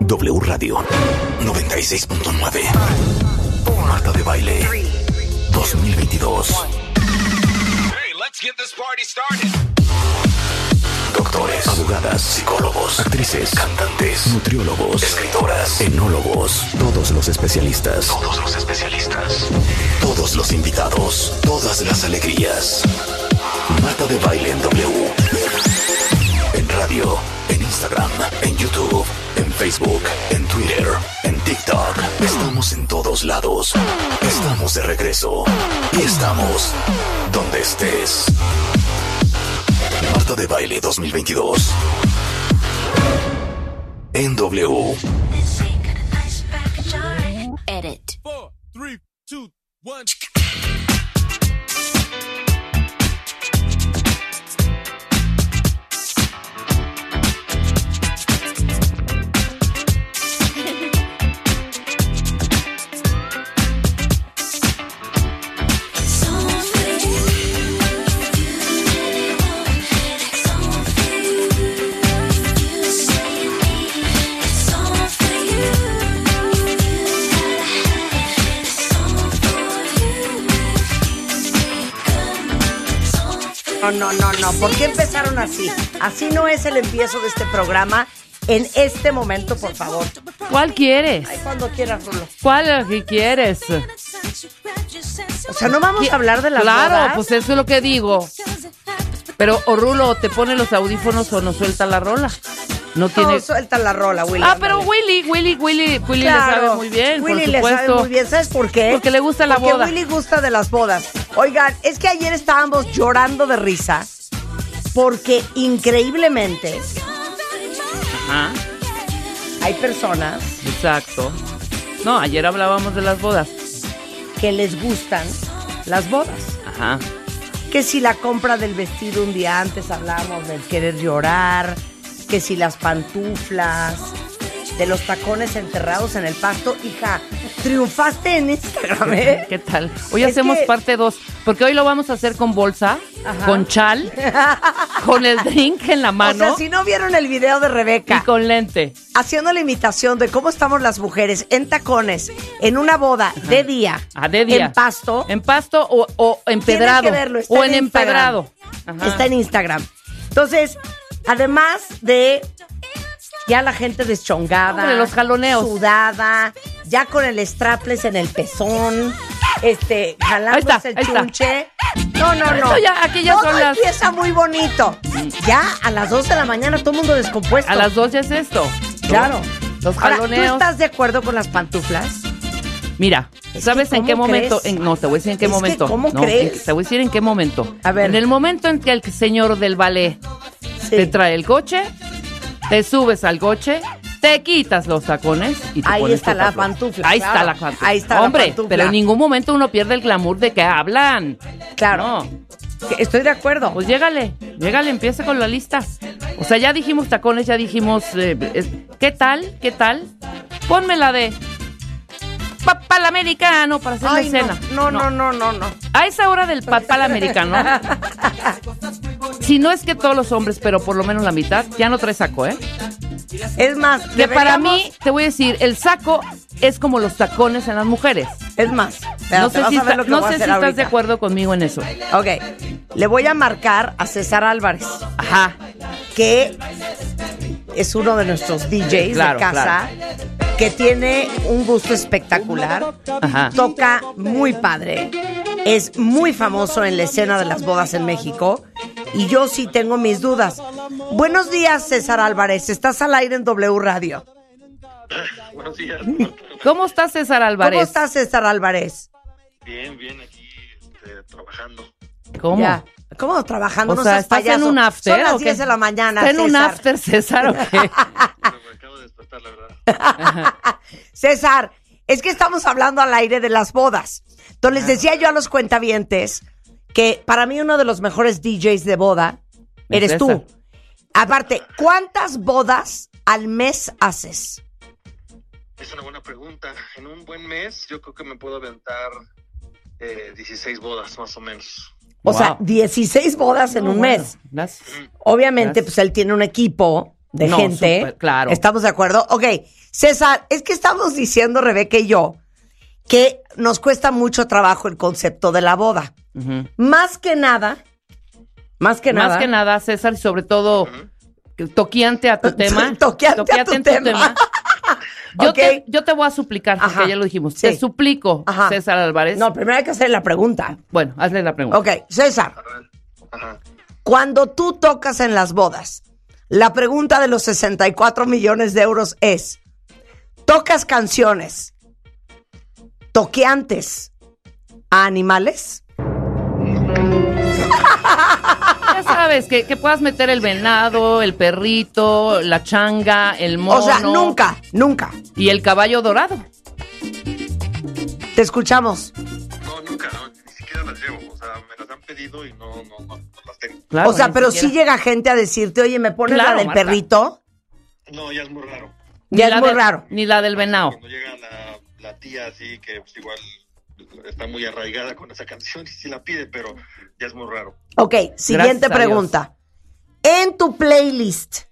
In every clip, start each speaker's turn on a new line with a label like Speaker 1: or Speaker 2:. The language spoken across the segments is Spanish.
Speaker 1: W Radio 96.9 Marta de Baile 2022 Doctores, abogadas, psicólogos, actrices, cantantes, nutriólogos, escritoras, enólogos, todos los especialistas, todos los especialistas, todos los invitados, todas las alegrías. Marta de Baile en W. En radio, en Instagram, en YouTube, en Facebook, en Twitter, en TikTok. Estamos en todos lados. Estamos de regreso. Y estamos donde estés. Marta de Baile 2022. En W.
Speaker 2: Edit.
Speaker 3: Four, three, two, one.
Speaker 4: No, no, no, no. ¿Por qué empezaron así? Así no es el empiezo de este programa. En este momento, por favor.
Speaker 5: ¿Cuál quieres?
Speaker 4: Ay, cuando quieras, Rulo.
Speaker 5: ¿Cuál es el que quieres?
Speaker 4: O sea, no vamos a hablar de las
Speaker 5: Claro,
Speaker 4: bodas?
Speaker 5: pues eso es lo que digo. Pero o Rulo o te pone los audífonos o no suelta la rola. No
Speaker 4: No,
Speaker 5: tiene.
Speaker 4: suelta la rola, Willy.
Speaker 5: ah, pero
Speaker 4: ándale.
Speaker 5: Willy, Willy, Willy, Willy le
Speaker 4: Claro,
Speaker 5: sabe muy bien,
Speaker 4: Willy
Speaker 5: por
Speaker 4: le
Speaker 5: supuesto.
Speaker 4: sabe muy bien. ¿Sabes por qué?
Speaker 5: Porque le gusta la
Speaker 4: Porque
Speaker 5: boda.
Speaker 4: Willy gusta de las bodas. Oigan, es que ayer estábamos llorando de risa porque increíblemente
Speaker 5: Ajá,
Speaker 4: hay personas
Speaker 5: Ah, exacto. No, ayer hablábamos de las bodas.
Speaker 4: que les gustan las bodas.
Speaker 5: Ajá.
Speaker 4: Que si la compra del vestido un día antes hablamos del querer llorar, que si las pantuflas, de los tacones enterrados en el pasto, hija, triunfaste en Instagram, ¿eh?
Speaker 5: ¿Qué tal? Hoy
Speaker 4: Es
Speaker 5: hacemos
Speaker 4: que-
Speaker 5: parte 2, porque hoy lo vamos a hacer con bolsa,
Speaker 4: Ajá.
Speaker 5: con chal, con el drink en la
Speaker 4: O
Speaker 5: mano
Speaker 4: sea, si no vieron el video de Rebeca
Speaker 5: y con lente.
Speaker 4: haciendo la imitación de cómo estamos las mujeres en tacones, en una boda, de día,
Speaker 5: Ah, de día.
Speaker 4: en pasto,
Speaker 5: En pasto o, o empedrado.
Speaker 4: Tienen que verlo, está
Speaker 5: o
Speaker 4: en
Speaker 5: en,
Speaker 4: Instagram.
Speaker 5: empedrado. Ajá.
Speaker 4: está en Instagram. Entonces, además de ya la gente deschongada,
Speaker 5: Hombre, los jaloneos.
Speaker 4: sudada, ya con el strapless en el pezón, este, jalándose
Speaker 5: Ahí está,
Speaker 4: el
Speaker 5: ahí está.
Speaker 4: chunche. No, no, no.
Speaker 5: Esto ya- aquí ya
Speaker 4: Todo
Speaker 5: son las-
Speaker 4: empieza muy bonito. Ya a las 2 de la mañana todo el mundo descompuesto.
Speaker 5: A las dos ya es esto. ¿no?
Speaker 4: Claro.
Speaker 5: Los
Speaker 4: Ahora,
Speaker 5: jaloneos.
Speaker 4: ¿Tú estás de acuerdo con las pantuflas?
Speaker 5: Mira,
Speaker 4: Es
Speaker 5: ¿sabes
Speaker 4: que
Speaker 5: en qué
Speaker 4: ¿cómo
Speaker 5: momento?
Speaker 4: crees?
Speaker 5: En- no, te voy a decir en qué
Speaker 4: Es que
Speaker 5: momento.
Speaker 4: ¿cómo
Speaker 5: No,
Speaker 4: crees?
Speaker 5: en- te voy a decir en qué momento.
Speaker 4: A ver.
Speaker 5: En el momento en que el señor del ballet
Speaker 4: Sí.
Speaker 5: te trae el coche, te subes al coche, te quitas los tacones y te
Speaker 4: Ahí
Speaker 5: pones
Speaker 4: está
Speaker 5: tu
Speaker 4: la pantufla,
Speaker 5: Ahí
Speaker 4: claro.
Speaker 5: está la pantufla.
Speaker 4: Ahí está la
Speaker 5: Hombre,
Speaker 4: pantufla.
Speaker 5: pero en ningún momento uno pierde el glamour de que hablan.
Speaker 4: Claro.
Speaker 5: No.
Speaker 4: Que Estoy de acuerdo.
Speaker 5: Pues llégale, llégale, empieza con la lista. O sea, ya dijimos tacones, ya dijimos. eh, es- ¿Qué tal? ¿Qué tal? Ponme la de. Papal americano para hacer la
Speaker 4: Ay,
Speaker 5: escena.
Speaker 4: no, no, no, no, no, no.
Speaker 5: A esa hora del papal americano, si no es que todos los hombres, pero por lo menos la mitad, ya no trae saco, ¿eh?
Speaker 4: Es más,
Speaker 5: Que para
Speaker 4: deberíamos-
Speaker 5: mí, te voy a decir, el saco es como los tacones en las mujeres.
Speaker 4: Es más, pero
Speaker 5: no
Speaker 4: te
Speaker 5: sé
Speaker 4: vas
Speaker 5: si,
Speaker 4: a ver
Speaker 5: está-
Speaker 4: lo que
Speaker 5: no
Speaker 4: voy a
Speaker 5: sé si
Speaker 4: hacer
Speaker 5: estás de
Speaker 4: ahorita.
Speaker 5: acuerdo conmigo en eso.
Speaker 4: Ok, le voy a marcar a César Álvarez,
Speaker 5: Ajá.
Speaker 4: que es uno de nuestros DJs
Speaker 5: Claro,
Speaker 4: de casa, que tiene un gusto espectacular,
Speaker 5: Ajá.
Speaker 4: toca muy padre, es muy famoso en la escena de las bodas en México, y yo sí tengo mis dudas. Buenos días, César Álvarez, estás al aire en W Radio.
Speaker 6: Buenos días.
Speaker 5: ¿Cómo está César Álvarez?
Speaker 4: ¿Cómo estás, César Álvarez?
Speaker 6: Bien, bien, aquí este, trabajando.
Speaker 5: ¿Cómo?
Speaker 4: Ya. ¿Cómo trabajando?
Speaker 5: O
Speaker 4: no
Speaker 5: sea,
Speaker 4: seas
Speaker 5: ¿estás en
Speaker 4: payaso.
Speaker 5: un after ¿Eh?
Speaker 4: Son las
Speaker 5: o qué?
Speaker 4: 10 de la mañana.
Speaker 5: ¿Está en un
Speaker 4: César. Ah,
Speaker 5: after, César, o qué?
Speaker 6: Pero me acabo de despertar, la verdad.
Speaker 4: César, es que estamos hablando al aire de las bodas. Entonces les decía yo a los cuentavientes que para mí uno de los mejores DJs de boda eres
Speaker 5: Es
Speaker 4: tú.
Speaker 5: César.
Speaker 4: Aparte, ¿cuántas bodas al mes haces?
Speaker 6: Es una buena pregunta. En un buen mes, yo creo que me puedo aventar eh, 16 bodas, más o menos.
Speaker 4: O
Speaker 5: Wow.
Speaker 4: sea, 16 bodas en
Speaker 5: No,
Speaker 4: un
Speaker 5: bueno,
Speaker 4: mes.
Speaker 5: gracias.
Speaker 4: Obviamente,
Speaker 5: Gracias.
Speaker 4: pues él tiene un equipo de
Speaker 5: No,
Speaker 4: gente.
Speaker 5: súper, claro.
Speaker 4: ¿Estamos de acuerdo? Ok, César, es que estamos diciendo, Rebeca y yo, que nos cuesta mucho trabajo el concepto de la boda.
Speaker 5: Ujú.
Speaker 4: Más que nada, más que nada.
Speaker 5: Más que nada, César, y sobre todo, que toquiante a tu tema.
Speaker 4: Toquiante a tu
Speaker 5: en
Speaker 4: tema.
Speaker 5: Yo,
Speaker 4: Ok.
Speaker 5: te, yo te voy a suplicar,
Speaker 4: Ajá.
Speaker 5: porque ya lo dijimos.
Speaker 4: Sí.
Speaker 5: Te suplico,
Speaker 4: Ajá.
Speaker 5: César Álvarez.
Speaker 4: No, primero hay que hacer la pregunta.
Speaker 5: Bueno, hazle la pregunta.
Speaker 4: Ok, César,
Speaker 6: A ver. Ajá.
Speaker 4: cuando tú tocas en las bodas, la pregunta de los 64 millones de euros es, ¿tocas canciones toqueantes a animales?
Speaker 5: Ya sabes, que, que puedas meter el venado, el perrito, la changa, el mono.
Speaker 4: o sea, nunca, nunca.
Speaker 5: Y el caballo dorado.
Speaker 4: Te escuchamos.
Speaker 6: No, nunca, no, ni siquiera las llevo. O sea, me las han pedido y no, no, no, no las tengo.
Speaker 5: Claro,
Speaker 4: o sea,
Speaker 5: ni
Speaker 4: pero
Speaker 5: siquiera.
Speaker 4: sí llega gente a decirte, oye, ¿me pones
Speaker 5: Claro,
Speaker 4: la del
Speaker 5: Marta.
Speaker 4: perrito?
Speaker 6: No, ya es muy raro.
Speaker 5: Ni
Speaker 4: Ya
Speaker 5: la
Speaker 4: es muy
Speaker 5: del-
Speaker 4: raro.
Speaker 5: Ni la del venado.
Speaker 6: Cuando llega la, la tía así, que pues, igual está muy arraigada con esa canción y sí la pide, pero ya es muy raro.
Speaker 4: Ok, siguiente
Speaker 5: Gracias a
Speaker 4: pregunta. En tu playlist,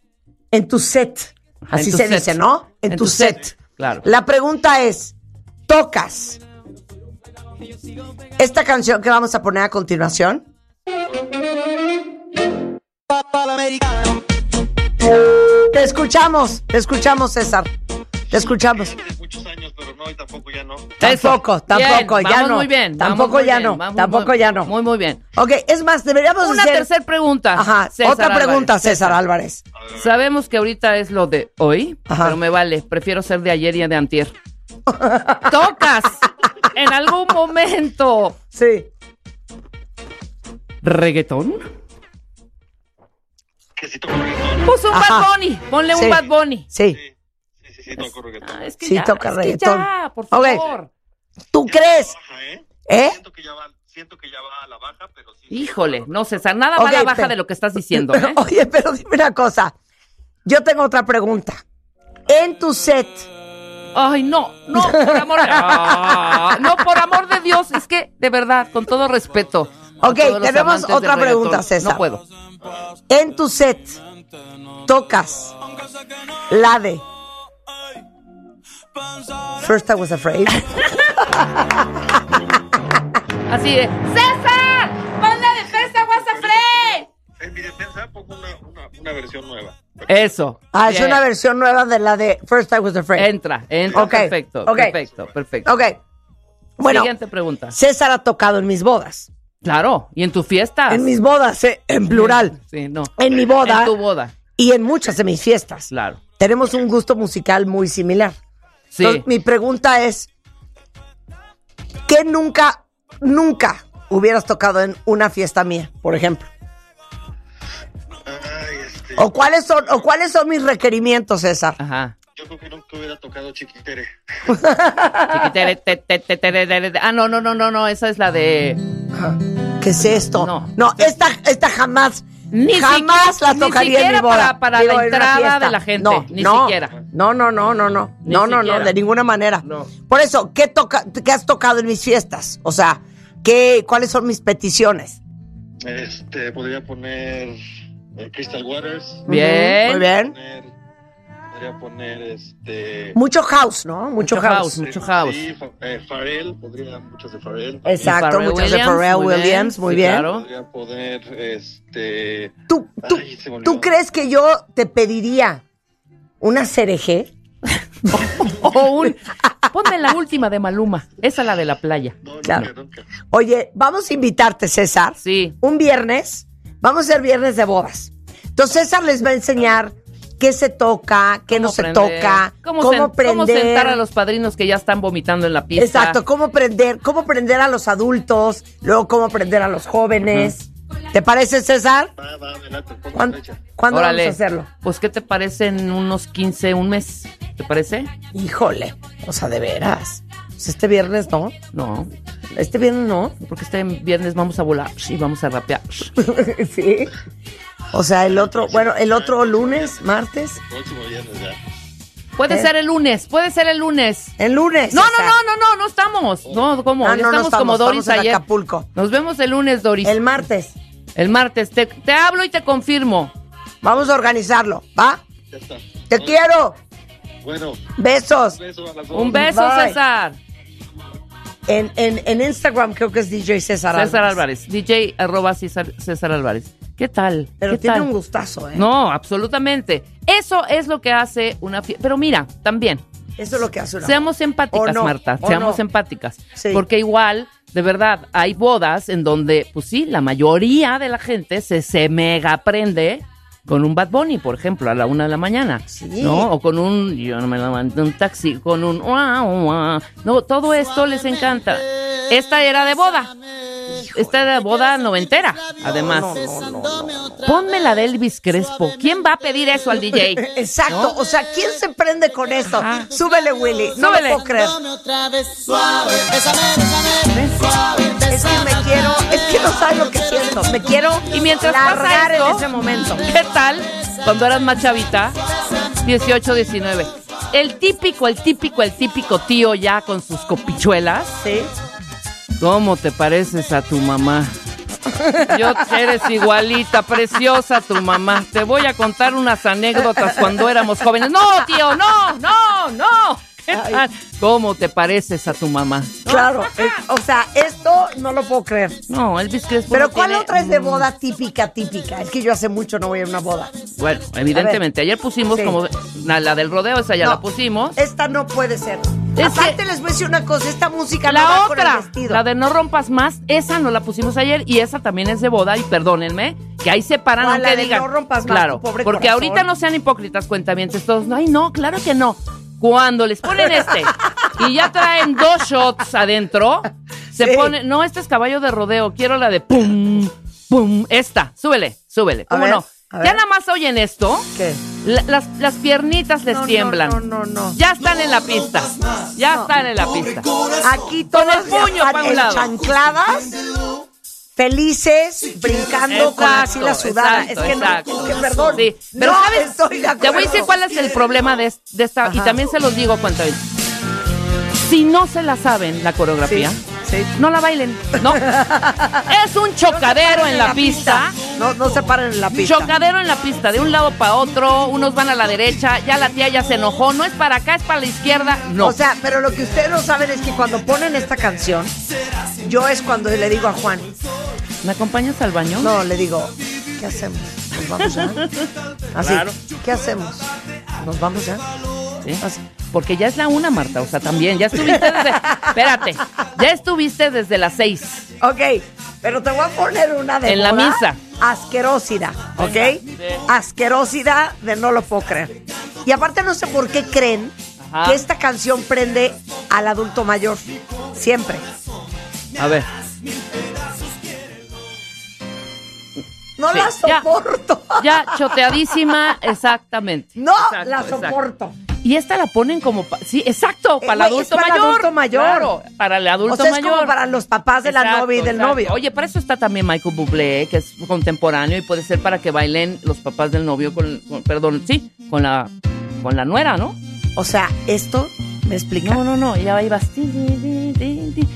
Speaker 4: en tu set, así
Speaker 5: tu
Speaker 4: se
Speaker 5: set.
Speaker 4: dice, ¿no? En, tu, set.
Speaker 5: Claro.
Speaker 4: La pregunta es, ¿tocas esta canción que vamos a poner a continuación? Te escuchamos, te escuchamos, César. Te escuchamos.
Speaker 6: Hace muchos años, pero no, y tampoco ya no.
Speaker 5: Eso.
Speaker 4: Tampoco, tampoco,
Speaker 5: Bien,
Speaker 4: ya
Speaker 5: vamos
Speaker 4: no.
Speaker 5: Muy bien, vamos
Speaker 4: tampoco
Speaker 5: muy
Speaker 4: ya
Speaker 5: bien,
Speaker 4: no,
Speaker 5: vamos
Speaker 4: tampoco
Speaker 5: muy-
Speaker 4: ya no.
Speaker 5: Muy, muy bien.
Speaker 4: Ok, es más, deberíamos
Speaker 5: Una
Speaker 4: hacer...
Speaker 5: tercera pregunta.
Speaker 4: Ajá,
Speaker 5: César
Speaker 4: otra
Speaker 5: Álvarez.
Speaker 4: pregunta, César Álvarez.
Speaker 6: A ver, a ver.
Speaker 5: Sabemos que ahorita es lo de hoy,
Speaker 4: Ajá.
Speaker 5: pero me vale. Prefiero ser de ayer y de antier. Tocas en algún momento
Speaker 4: Sí.
Speaker 5: reggaetón.
Speaker 6: Que si toco reggaetón.
Speaker 5: Puso Pues un
Speaker 4: Ajá.
Speaker 5: Bad Bunny. Ponle
Speaker 4: Sí.
Speaker 5: un Bad Bunny.
Speaker 4: Sí.
Speaker 6: Sí, sí, sí, sí, toco reggaetón.
Speaker 5: Ah, es que
Speaker 4: Sí,
Speaker 5: ya,
Speaker 4: toca
Speaker 5: es que
Speaker 4: reggaetón.
Speaker 5: ya, por
Speaker 4: Ok.
Speaker 5: favor.
Speaker 4: ¿Tú
Speaker 6: Ya
Speaker 4: crees?
Speaker 6: va a la baja, ¿eh?
Speaker 4: ¿Eh?
Speaker 6: Siento que ya va, siento que ya va a la baja, pero sí.
Speaker 5: Híjole, no, César, nada
Speaker 4: Ok,
Speaker 5: va a la baja
Speaker 4: pero-
Speaker 5: de lo que estás diciendo. ¿eh?
Speaker 4: Oye, pero dime una cosa. Yo tengo otra pregunta. En tu set,
Speaker 5: Ay, no, no, por amor, Ah, no, por amor de Dios, es que, de verdad, con todo respeto. a
Speaker 4: Ok,
Speaker 5: todos los
Speaker 4: tenemos
Speaker 5: amantes del
Speaker 4: otra
Speaker 5: reggaetón,
Speaker 4: pregunta, César.
Speaker 5: No puedo.
Speaker 4: en tu set, tocas la de First I Was Afraid.
Speaker 5: Así de, ¡César! ¡Banda de Festa Guasafrey!
Speaker 6: En mi defensa pongo una, una, una versión nueva.
Speaker 5: Eso.
Speaker 4: Ah, es
Speaker 5: bien.
Speaker 4: una versión nueva de la de First I Was Afraid.
Speaker 5: Entra, entra,
Speaker 4: Ok,
Speaker 5: perfecto,
Speaker 4: ok.
Speaker 5: perfecto, perfecto.
Speaker 4: Ok. Bueno,
Speaker 5: Siguiente pregunta.
Speaker 4: César ha tocado en mis bodas.
Speaker 5: Claro, y en tus fiestas.
Speaker 4: En mis bodas, eh, en plural.
Speaker 5: Sí, no.
Speaker 4: En mi boda
Speaker 5: En tu boda,
Speaker 4: y en muchas de mis fiestas.
Speaker 5: claro.
Speaker 4: Tenemos un gusto musical muy similar.
Speaker 5: Sí.
Speaker 4: Entonces, mi pregunta es, ¿qué nunca, nunca hubieras tocado en una fiesta mía, por ejemplo?
Speaker 6: Ay, este,
Speaker 4: ¿O cuáles son, o cuáles son mis requerimientos, César?
Speaker 5: Ajá.
Speaker 6: yo creo que nunca hubiera tocado Chiquitere.
Speaker 5: Chiquitere, te, te, te, te, te, te, te. Ah, no, no, no, no, no, esa es la de...
Speaker 4: ¿Qué es esto?
Speaker 5: Ah, No.
Speaker 4: esta, esta jamás, jamás
Speaker 5: siquiera-
Speaker 4: la tocaría
Speaker 5: ni
Speaker 4: en mi
Speaker 5: siquiera
Speaker 4: boda.
Speaker 5: para, para
Speaker 4: Digo, en
Speaker 5: la
Speaker 4: una
Speaker 5: entrada
Speaker 4: fiesta.
Speaker 5: de la gente.
Speaker 4: No,
Speaker 5: ni
Speaker 4: no,
Speaker 5: siquiera.
Speaker 4: No, no, no, no, no.
Speaker 5: Ni
Speaker 4: no, no, no,
Speaker 5: siquiera.
Speaker 4: de ninguna manera.
Speaker 5: No.
Speaker 4: Por eso, ¿qué, toca, ¿qué has tocado en mis fiestas? O sea, ¿qué, ¿cuáles son mis peticiones?
Speaker 6: Este, podría poner eh, Crystal Waters.
Speaker 5: Bien.
Speaker 4: Muy bien.
Speaker 6: Poner, podría poner este.
Speaker 4: Mucho house, ¿no? Mucho,
Speaker 5: Mucho
Speaker 4: house.
Speaker 5: house. mucho house.
Speaker 6: Sí, fa- eh, Pharrell, podría muchas de Pharrell.
Speaker 4: Exacto,
Speaker 5: Pharrell
Speaker 4: muchos de
Speaker 5: Williams,
Speaker 4: Pharrell
Speaker 5: muy bien,
Speaker 4: Williams, muy
Speaker 5: sí,
Speaker 4: bien.
Speaker 5: claro.
Speaker 6: Podría poner este.
Speaker 4: ¿Tú, tú,
Speaker 6: Ay, se me olvidó.
Speaker 4: ¿Tú crees que yo te pediría una cereje?
Speaker 5: O un... Ponme la última de Maluma. Esa la de la playa.
Speaker 6: No,
Speaker 4: Claro.
Speaker 6: nunca, nunca.
Speaker 4: Oye, vamos a invitarte, César.
Speaker 5: Sí.
Speaker 4: Un viernes, vamos a ser viernes de bodas. Entonces César les va a enseñar qué se toca, qué no
Speaker 5: ¿Cómo
Speaker 4: se
Speaker 5: prender?
Speaker 4: toca, cómo,
Speaker 5: ¿Cómo, sen- cómo
Speaker 4: prender.
Speaker 5: sentar a los padrinos que ya están vomitando en la pista.
Speaker 4: Exacto, cómo prender, cómo prender a los adultos, luego cómo prender a los jóvenes. ¿Te parece, César?
Speaker 6: Va, va, adelante, pongo
Speaker 4: ¿Cuán-
Speaker 6: fecha.
Speaker 4: ¿Cuándo
Speaker 5: Órale.
Speaker 4: vamos a hacerlo?
Speaker 5: Pues, ¿qué te parece en unos 15, un mes? ¿Te parece?
Speaker 4: Híjole, o sea, de veras. Pues este viernes no,
Speaker 5: No,
Speaker 4: este viernes no.
Speaker 5: porque este viernes vamos a volar y vamos a rapear.
Speaker 4: sí. O sea, el otro, bueno, el otro lunes, martes.
Speaker 6: Próximo viernes ya.
Speaker 5: Puede
Speaker 4: ¿Eh?
Speaker 5: ser el lunes, puede ser el lunes.
Speaker 4: El lunes.
Speaker 5: No, no,
Speaker 4: está.
Speaker 5: no, no, no, no estamos. No, ¿cómo?
Speaker 4: Ah,
Speaker 5: Ya
Speaker 4: no, no
Speaker 5: estamos, como Doris
Speaker 4: estamos en
Speaker 5: ayer.
Speaker 4: Acapulco.
Speaker 5: Nos vemos el lunes, Doris.
Speaker 4: El
Speaker 5: El,
Speaker 4: martes.
Speaker 5: martes. Te, te hablo y te confirmo.
Speaker 4: Vamos a organizarlo, ¿va?
Speaker 6: Ya está.
Speaker 4: Te quiero.
Speaker 6: Bueno,
Speaker 4: Besos.
Speaker 6: un beso a las dos.
Speaker 5: Un beso,
Speaker 4: Bye.
Speaker 5: César.
Speaker 4: En, en, en Instagram creo que es DJ César Álvarez.
Speaker 5: César Álvarez. DJ arroba César, César Álvarez. ¿Qué tal?
Speaker 4: Pero
Speaker 5: ¿Qué
Speaker 4: tiene
Speaker 5: tal?
Speaker 4: un gustazo, ¿eh?
Speaker 5: No, absolutamente. Eso es lo que hace una fiesta. Pero mira, también,
Speaker 4: Eso es lo que hace una.
Speaker 5: seamos
Speaker 4: O
Speaker 5: empáticas,
Speaker 4: no,
Speaker 5: Marta.
Speaker 4: o
Speaker 5: Seamos
Speaker 4: no.
Speaker 5: empáticas.
Speaker 4: Sí.
Speaker 5: Porque igual, de verdad, hay bodas en donde, pues sí, la mayoría de la gente se, se mega prende con un Bad Bunny, por ejemplo, a la una de la mañana.
Speaker 4: Sí.
Speaker 5: ¿No? O con un. Yo no me levanto un taxi, con un. "Ua, ua". No, todo esto les encanta. Esta era de boda. Esta era de boda noventera, además.
Speaker 4: No, no, no, no, no.
Speaker 5: Ponme la de Elvis Crespo. ¿Quién va a pedir eso al DJ?
Speaker 4: Exacto. O sea, ¿quién se prende con esto?
Speaker 5: Ajá.
Speaker 4: Súbele, Willy. No
Speaker 5: Súbele.
Speaker 4: lo puedo creer. Es que me quiero. Es que no sabes lo que siento. Me quiero
Speaker 5: Y mientras
Speaker 4: largar
Speaker 5: pasa esto,
Speaker 4: en ese momento.
Speaker 5: ¿Qué tal cuando eras más chavita? 18, 19. El típico, el típico, el típico tío ya con sus copichuelas.
Speaker 4: Sí.
Speaker 5: ¿Cómo te pareces a tu mamá? Yo eres igualita, preciosa tu mamá. Te voy a contar unas anécdotas cuando éramos jóvenes. No, tío, no, no, no. ¿Qué tal? ¿Cómo te pareces a tu mamá?
Speaker 4: Claro. Eh, O sea, esto no lo puedo creer.
Speaker 5: No, Elvis Crespo.
Speaker 4: Pero
Speaker 5: no
Speaker 4: ¿cuál
Speaker 5: tiene-
Speaker 4: otra es de boda típica, típica? Es que yo hace mucho no voy a una boda.
Speaker 5: Bueno, evidentemente, ayer pusimos
Speaker 4: Sí.
Speaker 5: como na- la del rodeo, esa ya
Speaker 4: No.
Speaker 5: la pusimos.
Speaker 4: Esta no puede ser.
Speaker 5: Es
Speaker 4: Aparte
Speaker 5: que-
Speaker 4: les voy a decir una cosa, esta música no
Speaker 5: La
Speaker 4: va con el
Speaker 5: otra,
Speaker 4: vestido.
Speaker 5: la de no rompas más, esa no la pusimos ayer y esa también es de boda y perdónenme, que ahí se paran
Speaker 4: ¿Cuál?
Speaker 5: aunque
Speaker 4: La de
Speaker 5: digan.
Speaker 4: no rompas más,
Speaker 5: claro,
Speaker 4: tu pobre
Speaker 5: porque
Speaker 4: corazón.
Speaker 5: ahorita no sean hipócritas, cuentamientos todos. No, ay, no, claro que no. Cuando les ponen este y ya traen dos shots adentro, se
Speaker 4: Sí.
Speaker 5: pone, no, este es caballo de rodeo, quiero la de pum, pum, esta, súbele, súbele,
Speaker 4: A
Speaker 5: ¿cómo
Speaker 4: ver,
Speaker 5: no?
Speaker 4: a
Speaker 5: Ya
Speaker 4: ver.
Speaker 5: nada más oyen esto,
Speaker 4: ¿Qué?
Speaker 5: la- las, las piernitas les
Speaker 4: No, no,
Speaker 5: tiemblan.
Speaker 4: no, no, no.
Speaker 5: Ya están en la pista. Ya están en la pista.
Speaker 4: Aquí
Speaker 5: Con
Speaker 4: todos
Speaker 5: el puño
Speaker 4: están
Speaker 5: pa' un lado.
Speaker 4: enchancladas, felices, brincando con así la sudada.
Speaker 5: exacto,
Speaker 4: es que
Speaker 5: exacto.
Speaker 4: no, que perdón.
Speaker 5: Sí,
Speaker 4: Pero
Speaker 5: pero
Speaker 4: no
Speaker 5: ¿sabes?
Speaker 4: estoy de acuerdo.
Speaker 5: Te voy a decir cuál es el problema de, es- de esta. Y
Speaker 4: Ajá.
Speaker 5: también se los digo cuánto es. Si no se la saben la coreografía,
Speaker 4: Sí, sí.
Speaker 5: no la bailen. No. es un chocadero en la, pista.
Speaker 4: No, no se paren en la pista.
Speaker 5: Chocadero en la pista, de un lado para otro, unos van a la derecha, ya la tía ya se enojó, no es para acá, es para la izquierda, no.
Speaker 4: O sea, pero lo que ustedes no saben es que cuando ponen esta canción, yo es cuando le digo a Juan,
Speaker 5: ¿Me acompañas al baño?
Speaker 4: no, le digo, ¿qué hacemos? ¿Nos vamos ya? Así,
Speaker 5: Claro.
Speaker 4: ¿qué hacemos? ¿Nos vamos ya?
Speaker 5: ¿sí? Porque ya es la una, Marta, o sea, también, ya estuviste desde, espérate, ya estuviste desde las seis.
Speaker 4: Ok, pero te voy a poner una de
Speaker 5: En la
Speaker 4: moda.
Speaker 5: misa.
Speaker 4: Asquerosidad, ¿ok? Asquerosidad de no lo puedo creer. Y aparte no sé por qué creen
Speaker 5: Ajá.
Speaker 4: que esta canción prende al adulto mayor. Siempre.
Speaker 5: A ver.
Speaker 4: No
Speaker 5: Sí,
Speaker 4: la
Speaker 5: ya.
Speaker 4: soporto.
Speaker 5: Ya choteadísima, exactamente.
Speaker 4: No
Speaker 5: Exacto,
Speaker 4: la
Speaker 5: exacto.
Speaker 4: soporto.
Speaker 5: Y esta la ponen como. pa- sí, exacto,
Speaker 4: Eh,
Speaker 5: para el
Speaker 4: güey, es
Speaker 5: adulto
Speaker 4: para el
Speaker 5: mayor.
Speaker 4: adulto mayor.
Speaker 5: Claro, para el adulto
Speaker 4: O sea, es
Speaker 5: mayor.
Speaker 4: como para los papás de la
Speaker 5: Exacto,
Speaker 4: novia y del
Speaker 5: exacto.
Speaker 4: novio.
Speaker 5: Oye, para eso está también Michael Bublé, que es contemporáneo y puede ser para que bailen los papás del novio con, con- perdón, sí, con la con la nuera, ¿no?
Speaker 4: O sea, esto me explica.
Speaker 5: No, no, no, ya ahí vas. Ti, ti, ti, ti.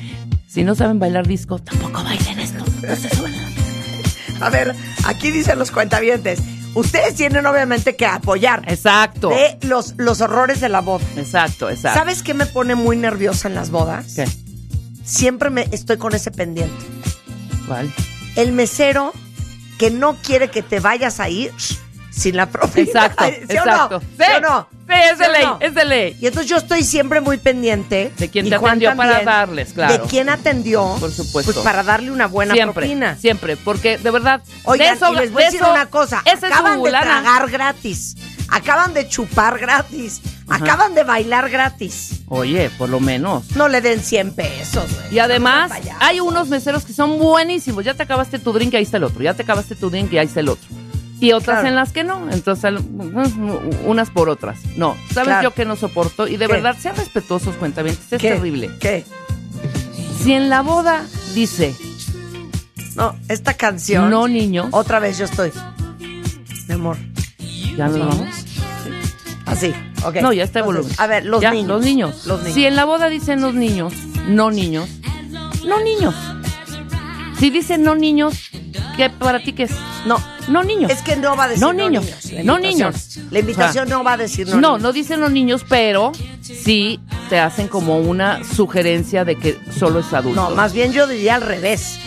Speaker 5: Si no saben bailar disco, tampoco bailen esto. No se suban a la pista.
Speaker 4: A ver, aquí dicen los cuentavientes. Ustedes tienen obviamente que apoyar
Speaker 5: Exacto.
Speaker 4: de los, los horrores de la voz.
Speaker 5: Exacto, exacto.
Speaker 4: ¿Sabes qué me pone muy nerviosa en las bodas?
Speaker 5: ¿Qué?
Speaker 4: Siempre me estoy con ese pendiente.
Speaker 5: ¿Cuál?
Speaker 4: El mesero que no quiere que te vayas a ir sin la propina.
Speaker 5: Exacto,
Speaker 4: ¿Sí o no?
Speaker 5: exacto.
Speaker 4: ¿Sí o no?
Speaker 5: Sí, es de
Speaker 4: ¿Sí o
Speaker 5: ley,
Speaker 4: no?
Speaker 5: es de ley.
Speaker 4: Y entonces yo estoy siempre muy pendiente.
Speaker 5: De quién
Speaker 4: y
Speaker 5: te
Speaker 4: Juan
Speaker 5: atendió para
Speaker 4: también,
Speaker 5: darles, claro.
Speaker 4: De quién atendió.
Speaker 5: Por supuesto.
Speaker 4: Pues para darle una buena
Speaker 5: siempre,
Speaker 4: propina.
Speaker 5: siempre, porque de verdad,
Speaker 4: Oigan,
Speaker 5: de eso,
Speaker 4: y les voy a
Speaker 5: de
Speaker 4: decir
Speaker 5: eso-
Speaker 4: una cosa.
Speaker 5: esa es
Speaker 4: Acaban
Speaker 5: su
Speaker 4: de
Speaker 5: lana.
Speaker 4: tragar gratis. Acaban de chupar gratis.
Speaker 5: Ajá.
Speaker 4: Acaban de bailar gratis.
Speaker 5: Oye, por lo menos.
Speaker 4: No le den 100 pesos, güey.
Speaker 5: Y además,
Speaker 4: Vaya.
Speaker 5: hay unos meseros que son buenísimos. Ya te acabaste tu drink y ahí está el otro. Ya te acabaste tu drink y ahí está el otro. Y otras
Speaker 4: Claro.
Speaker 5: en las que no. Entonces, al- mm, unas por otras. No, ¿sabes
Speaker 4: Claro.
Speaker 5: yo que no soporto? Y de
Speaker 4: ¿Qué?
Speaker 5: verdad, sean respetuosos, cuentavientes. Es
Speaker 4: ¿Qué?
Speaker 5: terrible.
Speaker 4: ¿Qué?
Speaker 5: Si en la boda dice,
Speaker 4: No, esta canción.
Speaker 5: no niños,
Speaker 4: Otra vez yo estoy. Mi amor.
Speaker 5: ya nos vamos.
Speaker 4: Así. Ok.
Speaker 5: No, ya está
Speaker 4: Entonces,
Speaker 5: el volumen.
Speaker 4: A ver, los
Speaker 5: Ya,
Speaker 4: niños.
Speaker 5: Los niños.
Speaker 4: Los niños.
Speaker 5: Si en la boda dicen los niños, no niños, no niños. Si dicen no niños, ¿qué para ti qué es? No, no niños.
Speaker 4: Es que no va a decir
Speaker 5: No
Speaker 4: no,
Speaker 5: niños,
Speaker 4: La
Speaker 5: no
Speaker 4: invitación-
Speaker 5: niños.
Speaker 4: La invitación no va a decir no.
Speaker 5: No,
Speaker 4: niños.
Speaker 5: no dicen los niños, pero sí te hacen como una sugerencia de que solo es adulto.
Speaker 4: No, más bien yo diría al revés.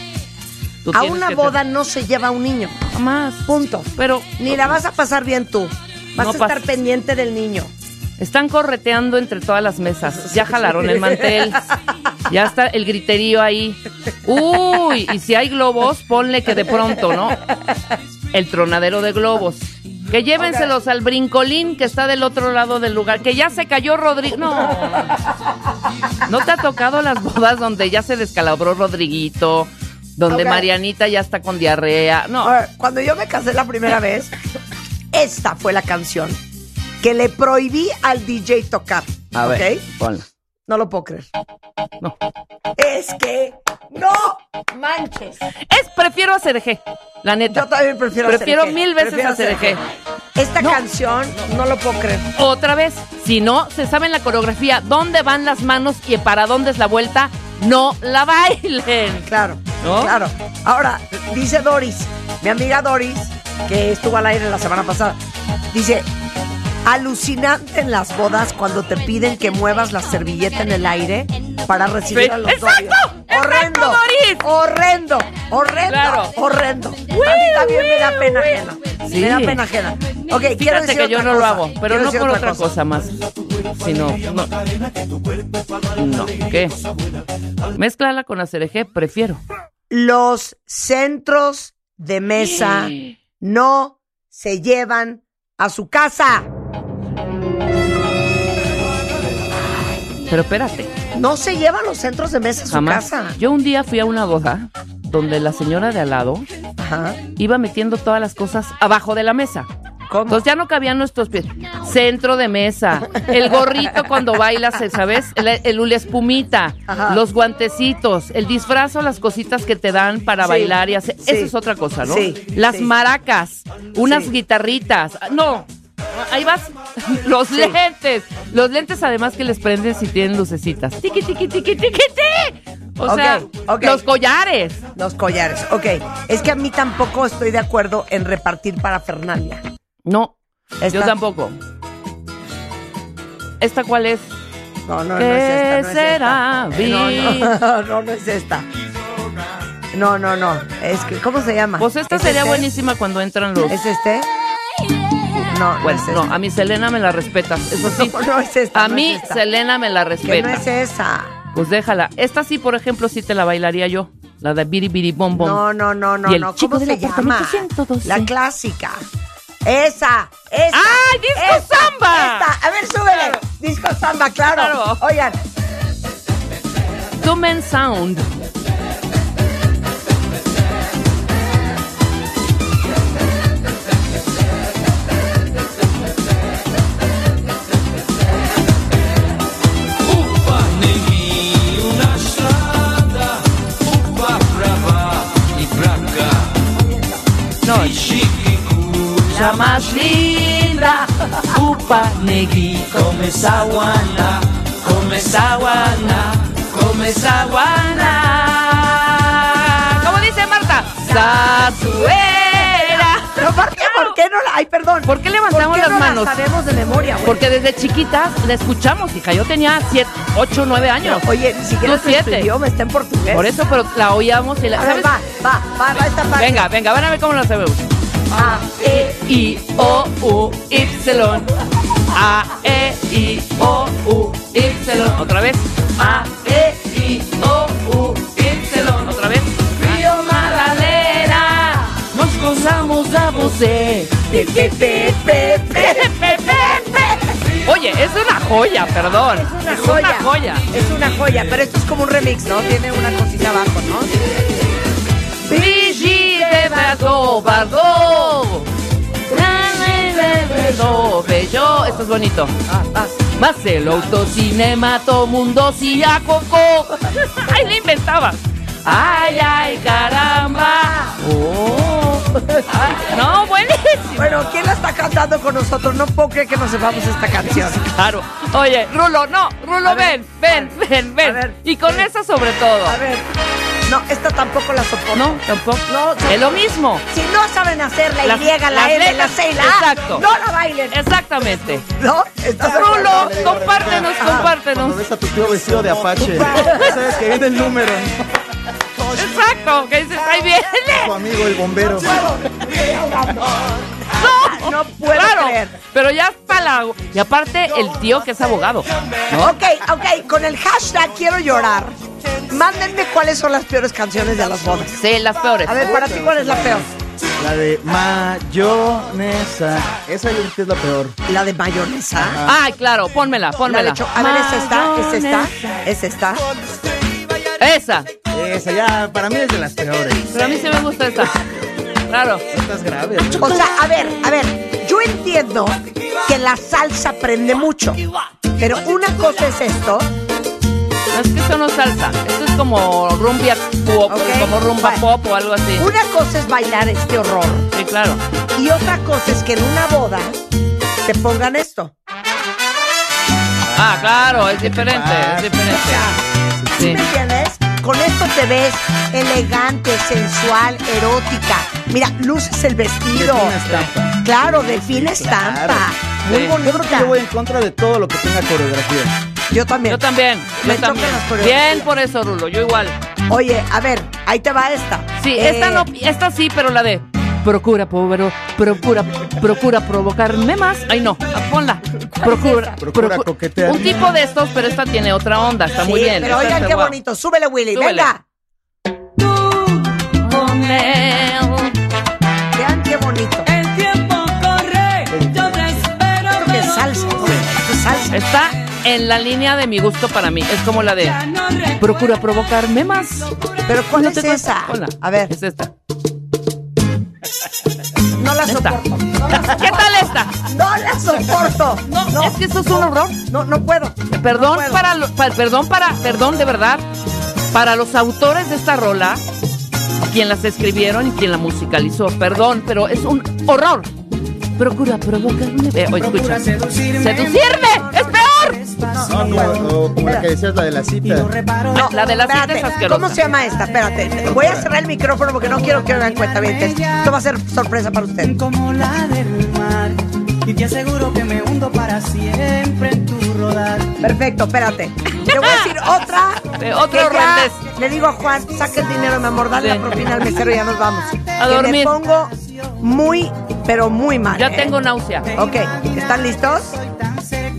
Speaker 5: Tú
Speaker 4: A
Speaker 5: tienes
Speaker 4: una
Speaker 5: que
Speaker 4: boda no se lleva un niño.
Speaker 5: tener- más.
Speaker 4: Punto.
Speaker 5: Pero
Speaker 4: Ni la vas a pasar bien tú. Vas
Speaker 5: No
Speaker 4: a estar
Speaker 5: pasa.
Speaker 4: pendiente del niño.
Speaker 5: Están correteando entre todas las mesas. Ya jalaron el mantel. Ya está el griterío ahí. Uy, y si hay globos, ponle que de pronto, ¿no? El tronadero de globos. Que llévenselos al brincolín que está del otro lado del lugar. Que ya se cayó Rodrigo. No. ¿No te ha tocado las bodas donde ya se descalabró Rodriguito? Donde
Speaker 4: Ok.
Speaker 5: Marianita ya está con diarrea. No.
Speaker 4: Ahora, cuando yo me casé la primera vez, esta fue la canción que le prohibí al DJ tocar.
Speaker 5: A ver,
Speaker 4: ¿ok?
Speaker 5: ponla.
Speaker 4: No lo puedo creer.
Speaker 5: No.
Speaker 4: Es que no manches.
Speaker 5: Es prefiero a CDG. La neta.
Speaker 4: Yo también prefiero
Speaker 5: Prefiero
Speaker 4: hacer
Speaker 5: mil veces a CDG.
Speaker 4: Esta canción no lo puedo creer.
Speaker 5: Otra vez, si no se sabe en la coreografía dónde van las manos y para dónde es la vuelta, no la bailen.
Speaker 4: Claro,
Speaker 5: ¿No?
Speaker 4: claro. Ahora, dice Doris, mi amiga Doris, que estuvo al aire la semana pasada, dice, alucinante en las bodas cuando te piden que muevas la servilleta en el aire para recibir
Speaker 5: Sí.
Speaker 4: a los
Speaker 5: ¡Exacto!
Speaker 4: novios.
Speaker 5: ¡Exacto,
Speaker 4: ¡Horrendo!
Speaker 5: Doris!
Speaker 4: ¡Horrendo! ¡Horrendo!
Speaker 5: Claro.
Speaker 4: ¡Horrendo! A mí también me da pena ajena.
Speaker 5: Sí.
Speaker 4: Me da pena ajena. Ok, quiero
Speaker 5: Fíjate
Speaker 4: decir
Speaker 5: que yo
Speaker 4: otra
Speaker 5: no lo
Speaker 4: cosa.
Speaker 5: hago, pero
Speaker 4: Quiero
Speaker 5: no
Speaker 4: decir
Speaker 5: por otra cosa, más. Sino, no. No, ¿qué? Mézclala con la CDG, prefiero.
Speaker 4: Los centros de mesa no se llevan a su casa.
Speaker 5: Pero espérate.
Speaker 4: No se llevan los centros de mesa a su
Speaker 5: Jamás.
Speaker 4: casa.
Speaker 5: Yo un día fui a una boda donde la señora de al lado
Speaker 4: Ajá.
Speaker 5: iba metiendo todas las cosas abajo de la mesa. Entonces ya no cabían nuestros pies. Centro de mesa, el gorrito cuando bailas, ¿sabes? El, el hula espumita,
Speaker 4: Ajá.
Speaker 5: los guantecitos, el disfrazo, las cositas que te dan para
Speaker 4: Sí,
Speaker 5: bailar y hacer.
Speaker 4: sí.
Speaker 5: Eso es otra cosa, ¿no?
Speaker 4: Sí,
Speaker 5: Las
Speaker 4: sí.
Speaker 5: maracas, unas
Speaker 4: Sí.
Speaker 5: guitarritas. Ah, No, ahí vas. Los lentes. Los lentes además que les prenden si tienen lucecitas. Tiki, tiki, tiki, tiki, tiki. O
Speaker 4: Ok,
Speaker 5: sea,
Speaker 4: ok.
Speaker 5: los collares.
Speaker 4: Los collares. Ok. Es que a mí tampoco estoy de acuerdo en repartir para Fernanda.
Speaker 5: No,
Speaker 4: Esta-
Speaker 5: yo tampoco. ¿Esta cuál es?
Speaker 4: Ah, No, no, no
Speaker 5: ¿Qué
Speaker 4: es esta. No es
Speaker 5: será,
Speaker 4: esta. Eh, No, no, no, no es esta. No, no, no. Es que, ¿cómo se llama?
Speaker 5: Pues esta
Speaker 4: ¿Es
Speaker 5: sería
Speaker 4: este?
Speaker 5: buenísima cuando entran los.
Speaker 4: ¿Es este? No, no
Speaker 5: Bueno,
Speaker 4: es
Speaker 5: no,
Speaker 4: esta.
Speaker 5: a mi Selena me la respetas, eso sí.
Speaker 4: No, no es esta,
Speaker 5: a
Speaker 4: no
Speaker 5: mí
Speaker 4: es esta.
Speaker 5: Selena me
Speaker 4: Que
Speaker 5: la
Speaker 4: no
Speaker 5: respeta.
Speaker 4: es esa.
Speaker 5: Pues déjala. Esta sí, por ejemplo, sí te la bailaría yo. La de Biri Biri Bom Bom.
Speaker 4: No, no, no, no,
Speaker 5: Y el
Speaker 4: no.
Speaker 5: chico
Speaker 4: ¿Cómo
Speaker 5: del
Speaker 4: se
Speaker 5: apartamento
Speaker 4: llama?
Speaker 5: 112.
Speaker 4: La clásica. Esa, esa.
Speaker 5: ¡Ay, disco
Speaker 4: esa,
Speaker 5: samba!
Speaker 4: Esta. A ver, súbele.
Speaker 5: Claro.
Speaker 4: Disco samba, claro.
Speaker 5: Claro.
Speaker 4: Oigan,
Speaker 5: Doom and Sound. No. La más linda, upa negui, come saguana, come saguana, come saguana. ¿Cómo dice Marta? Satuera.
Speaker 4: pero aparte, ¿por qué no la.? Ay, perdón.
Speaker 5: ¿Por qué levantamos
Speaker 4: ¿Por qué
Speaker 5: las
Speaker 4: no
Speaker 5: manos?
Speaker 4: La sabemos de memoria, güey.
Speaker 5: Porque desde chiquitas la escuchamos, hija. Yo tenía 7, 8, 9 años.
Speaker 4: Oye, ni siquiera
Speaker 5: Tú
Speaker 4: es en tu
Speaker 5: siete.
Speaker 4: idioma, está en portugués.
Speaker 5: Por eso, pero la oíamos y la.
Speaker 4: A ver,
Speaker 5: ¿sabes?
Speaker 4: va, va, va, va esta parte.
Speaker 5: Venga, venga, van a ver cómo la sabemos.
Speaker 4: A, E,
Speaker 5: I O U Y A E I O U Y otra vez A E I O U Y otra vez Río Magdalena nos gozamos a você
Speaker 4: P, P, P, P, P.
Speaker 5: Oye, es una joya, perdón. Es
Speaker 4: Una joya. Es una joya, pero esto es como un remix, ¿no? Tiene una cosita abajo, ¿no?
Speaker 5: Brigitte Bardot, Bardot. Bardot, bello. Esto es bonito.
Speaker 4: Ah, vas.
Speaker 5: Más el autocinema, todo mundo si a coco. Ay, le inventaba. Ay, ay, caramba. Oh, No, buenísimo.
Speaker 4: Bueno, ¿quién la está cantando con nosotros? No puedo creer que no sepamos esta canción.
Speaker 5: Claro. Oye, Rulo, no, Rulo,
Speaker 4: A ver,
Speaker 5: ven, ven,
Speaker 4: a
Speaker 5: ven, ven.
Speaker 4: ver.
Speaker 5: y con esa sobre todo.
Speaker 4: A ver. No, esta tampoco la soporto.
Speaker 5: No, tampoco.
Speaker 4: No, sí.
Speaker 5: es lo mismo.
Speaker 4: Si no saben hacer la
Speaker 5: Las-
Speaker 4: Y, la,
Speaker 5: las
Speaker 4: M, la
Speaker 5: letras,
Speaker 4: C y la A,
Speaker 5: exacto.
Speaker 4: no la bailen.
Speaker 5: Exactamente.
Speaker 4: ¿No? ¿Estás de acuerdo?
Speaker 5: Rulo, compártenos,
Speaker 2: Cuando
Speaker 5: compártenos.
Speaker 2: ves a tu tío vestido de apache, sabes que viene el número, ¿no?
Speaker 5: Exacto, que dices,
Speaker 4: Ah,
Speaker 5: ahí viene.
Speaker 2: tu amigo el bombero.
Speaker 5: No,
Speaker 4: No puedo
Speaker 5: claro,
Speaker 4: creer.
Speaker 5: Pero ya está la. Y aparte, el tío que es abogado. ¿no?
Speaker 4: Ok, ok, con el hashtag quiero llorar. Mándenme cuáles son las peores canciones de las bodas.
Speaker 5: Sí, las peores.
Speaker 4: A ver, para ti, ¿cuál es la peor?
Speaker 2: La de mayonesa. Esa yo creo que es la peor.
Speaker 4: La de mayonesa.
Speaker 5: Ay, claro, pónmela,
Speaker 4: La de
Speaker 5: pónmela.
Speaker 4: cho- a ver, ¿es esta? ¿Es esta? ¿Es esta?
Speaker 5: Esa.
Speaker 2: Esa ya, para mí es de las peores.
Speaker 5: Pero a mí sí me gusta esta. Claro.
Speaker 2: Estas graves.
Speaker 4: O sea, a ver, a ver, yo entiendo que la salsa prende mucho, pero una cosa es esto,
Speaker 5: No, es que eso no es salsa. Esto es como rumbia pop,
Speaker 4: Ok,
Speaker 5: como rumba
Speaker 4: bueno.
Speaker 5: pop o algo así.
Speaker 4: una cosa es bailar este horror
Speaker 5: Sí, claro.
Speaker 4: y otra cosa es que en una boda te pongan esto.
Speaker 5: Ah, claro, es diferente,
Speaker 2: pasa?
Speaker 5: es diferente.
Speaker 4: Ah, ¿Sí
Speaker 5: Sí.
Speaker 4: me entiendes? Con esto te ves elegante, sensual, erótica. Mira, luces el vestido.
Speaker 2: Define estampa.
Speaker 4: Claro, define estampa. Muy
Speaker 5: Sí.
Speaker 4: bonita.
Speaker 2: Yo creo que yo voy en contra de todo lo que tenga coreografía.
Speaker 4: Yo también.
Speaker 5: Yo también,
Speaker 4: Me
Speaker 5: yo también.
Speaker 4: chocan las coreografías.
Speaker 5: Bien por eso, Rulo, yo igual.
Speaker 4: Oye, a ver, ahí te va esta.
Speaker 5: Sí,
Speaker 4: Eh,
Speaker 5: esta no, esta sí, pero la de procura, pobre, procura, procura provocarme más. Ay, no, ponla. Procura,
Speaker 2: Procura
Speaker 5: procu-
Speaker 2: coquetear.
Speaker 5: Un tipo de estos, pero esta tiene otra onda, está muy
Speaker 4: sí,
Speaker 5: bien.
Speaker 4: Pero
Speaker 5: Esta
Speaker 4: oigan
Speaker 5: está
Speaker 4: qué
Speaker 5: guau.
Speaker 4: bonito. Súbele, Willy.
Speaker 5: Súbele.
Speaker 4: Venga.
Speaker 5: Con él.
Speaker 4: Vean qué bonito.
Speaker 7: El tiempo corre, yo te espero.
Speaker 4: Creo que es salsa. oye, esto es salsa.
Speaker 5: Está en la línea de mi gusto para mí. Es como la de procura provocarme más.
Speaker 4: Pero ¿cuál
Speaker 5: No
Speaker 4: es
Speaker 5: te cuesta-
Speaker 4: esa?
Speaker 5: ponla.
Speaker 4: A ver,
Speaker 5: Es esta.
Speaker 4: no la
Speaker 5: Esta.
Speaker 4: soporto.
Speaker 5: ¿Qué tal esta?
Speaker 4: No la soporto.
Speaker 5: No, es que esto es un horror.
Speaker 4: No, no puedo.
Speaker 5: Perdón
Speaker 4: No puedo.
Speaker 5: para, lo- pa- perdón para, perdón de verdad, para los autores de esta rola, quien las escribieron y quien la musicalizó, perdón, pero es un horror. Procura provocarme. Eh, oye, escucha. Seducirme. Es peor.
Speaker 2: No, no, o como la que decías, la de la cita.
Speaker 5: No, la de la cita
Speaker 4: espérate,
Speaker 5: es asquerosa.
Speaker 4: ¿Cómo se llama esta? Espérate. Voy a cerrar el micrófono porque no quiero que hagan cuenta bien. Esto va a ser sorpresa para usted.
Speaker 8: como la del mar y te aseguro que me hundo para siempre en tu rodar.
Speaker 4: Perfecto, espérate. Te voy a decir otra.
Speaker 5: Eh, otra
Speaker 4: que ya
Speaker 5: horrendez.
Speaker 4: Le digo a Juan, saca el dinero, mi amor, dale
Speaker 5: Sí.
Speaker 4: la propina al mesero y ya nos vamos.
Speaker 5: A
Speaker 4: Que
Speaker 5: dormir.
Speaker 4: Le pongo muy, pero muy mal.
Speaker 5: Ya
Speaker 4: ¿eh?
Speaker 5: tengo náusea.
Speaker 4: Ok, ¿están listos?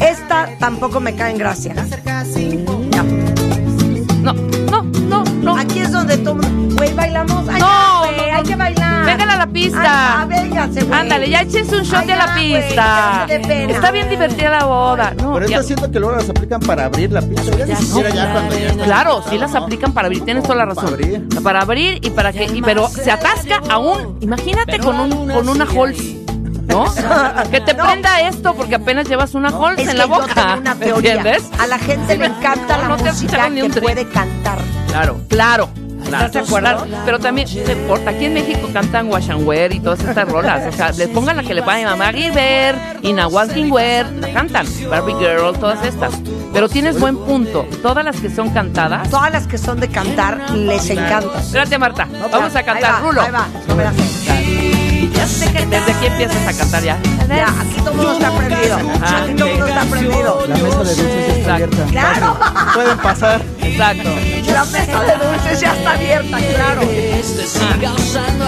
Speaker 4: Esta tampoco me cae en gracia. No.
Speaker 5: No, no, no, no.
Speaker 4: Aquí es donde tú, güey, bailamos. Ay,
Speaker 5: No,
Speaker 4: ya, güey,
Speaker 5: no, no.
Speaker 4: hay que bailar.
Speaker 5: Vengan a la pista.
Speaker 4: Ah, vénganse, güey.
Speaker 5: Ándale, ya échense un shot
Speaker 4: Ay,
Speaker 5: de
Speaker 4: ya,
Speaker 5: la
Speaker 4: güey,
Speaker 5: pista.
Speaker 4: ya me dé pena.
Speaker 5: Está bien divertida la boda. No,
Speaker 2: Pero
Speaker 5: ya-
Speaker 2: estas siento que luego las aplican para abrir la pista. Ya ni siquiera ya cuando ya está-
Speaker 5: Claro, sí las aplican para abrir, tienes toda la razón.
Speaker 2: Para abrir.
Speaker 5: Para abrir y para que, y- pero se atasca aún, imagínate con un, con una Halls, ¿no? Que te prenda esto porque apenas llevas una Halls
Speaker 4: Es
Speaker 5: en
Speaker 4: que
Speaker 5: la
Speaker 4: yo
Speaker 5: boca.
Speaker 4: tengo una
Speaker 5: ¿me
Speaker 4: teoría.
Speaker 5: ¿Entiendes?
Speaker 4: A la gente le encanta
Speaker 5: No,
Speaker 4: la
Speaker 5: no te
Speaker 4: música
Speaker 5: escucharon ni
Speaker 4: que
Speaker 5: un tri.
Speaker 4: puede cantar.
Speaker 5: Claro, claro. claro.
Speaker 4: ¿Estás de acuerdo?
Speaker 5: Claro, Pero también, no importa, aquí en México cantan Washanwer y todas estas rolas. O sea, les pongan la que le vayan a Maggie Ver y Nahual Kingwer, la cantan. Barbie Girl, todas estas. Pero tienes buen punto. Todas las que son cantadas.
Speaker 4: Todas las que son de cantar les encanta.
Speaker 5: Espérate, Marta. Vamos a
Speaker 4: pues, Ahí
Speaker 5: cantar,
Speaker 4: va,
Speaker 5: Rulo.
Speaker 4: Ahí va, no me la sé.
Speaker 5: Desde aquí empiezas a cantar ya.
Speaker 4: Ya, aquí todo el mundo está prendido.
Speaker 5: Ah,
Speaker 4: Aquí todo el mundo
Speaker 5: ok.
Speaker 4: está prendido.
Speaker 2: La mesa de dulces ya está
Speaker 5: Exacto.
Speaker 2: abierta.
Speaker 4: ¡Claro!
Speaker 2: Pueden pasar.
Speaker 5: Exacto.
Speaker 4: La mesa de dulces ya está abierta, claro.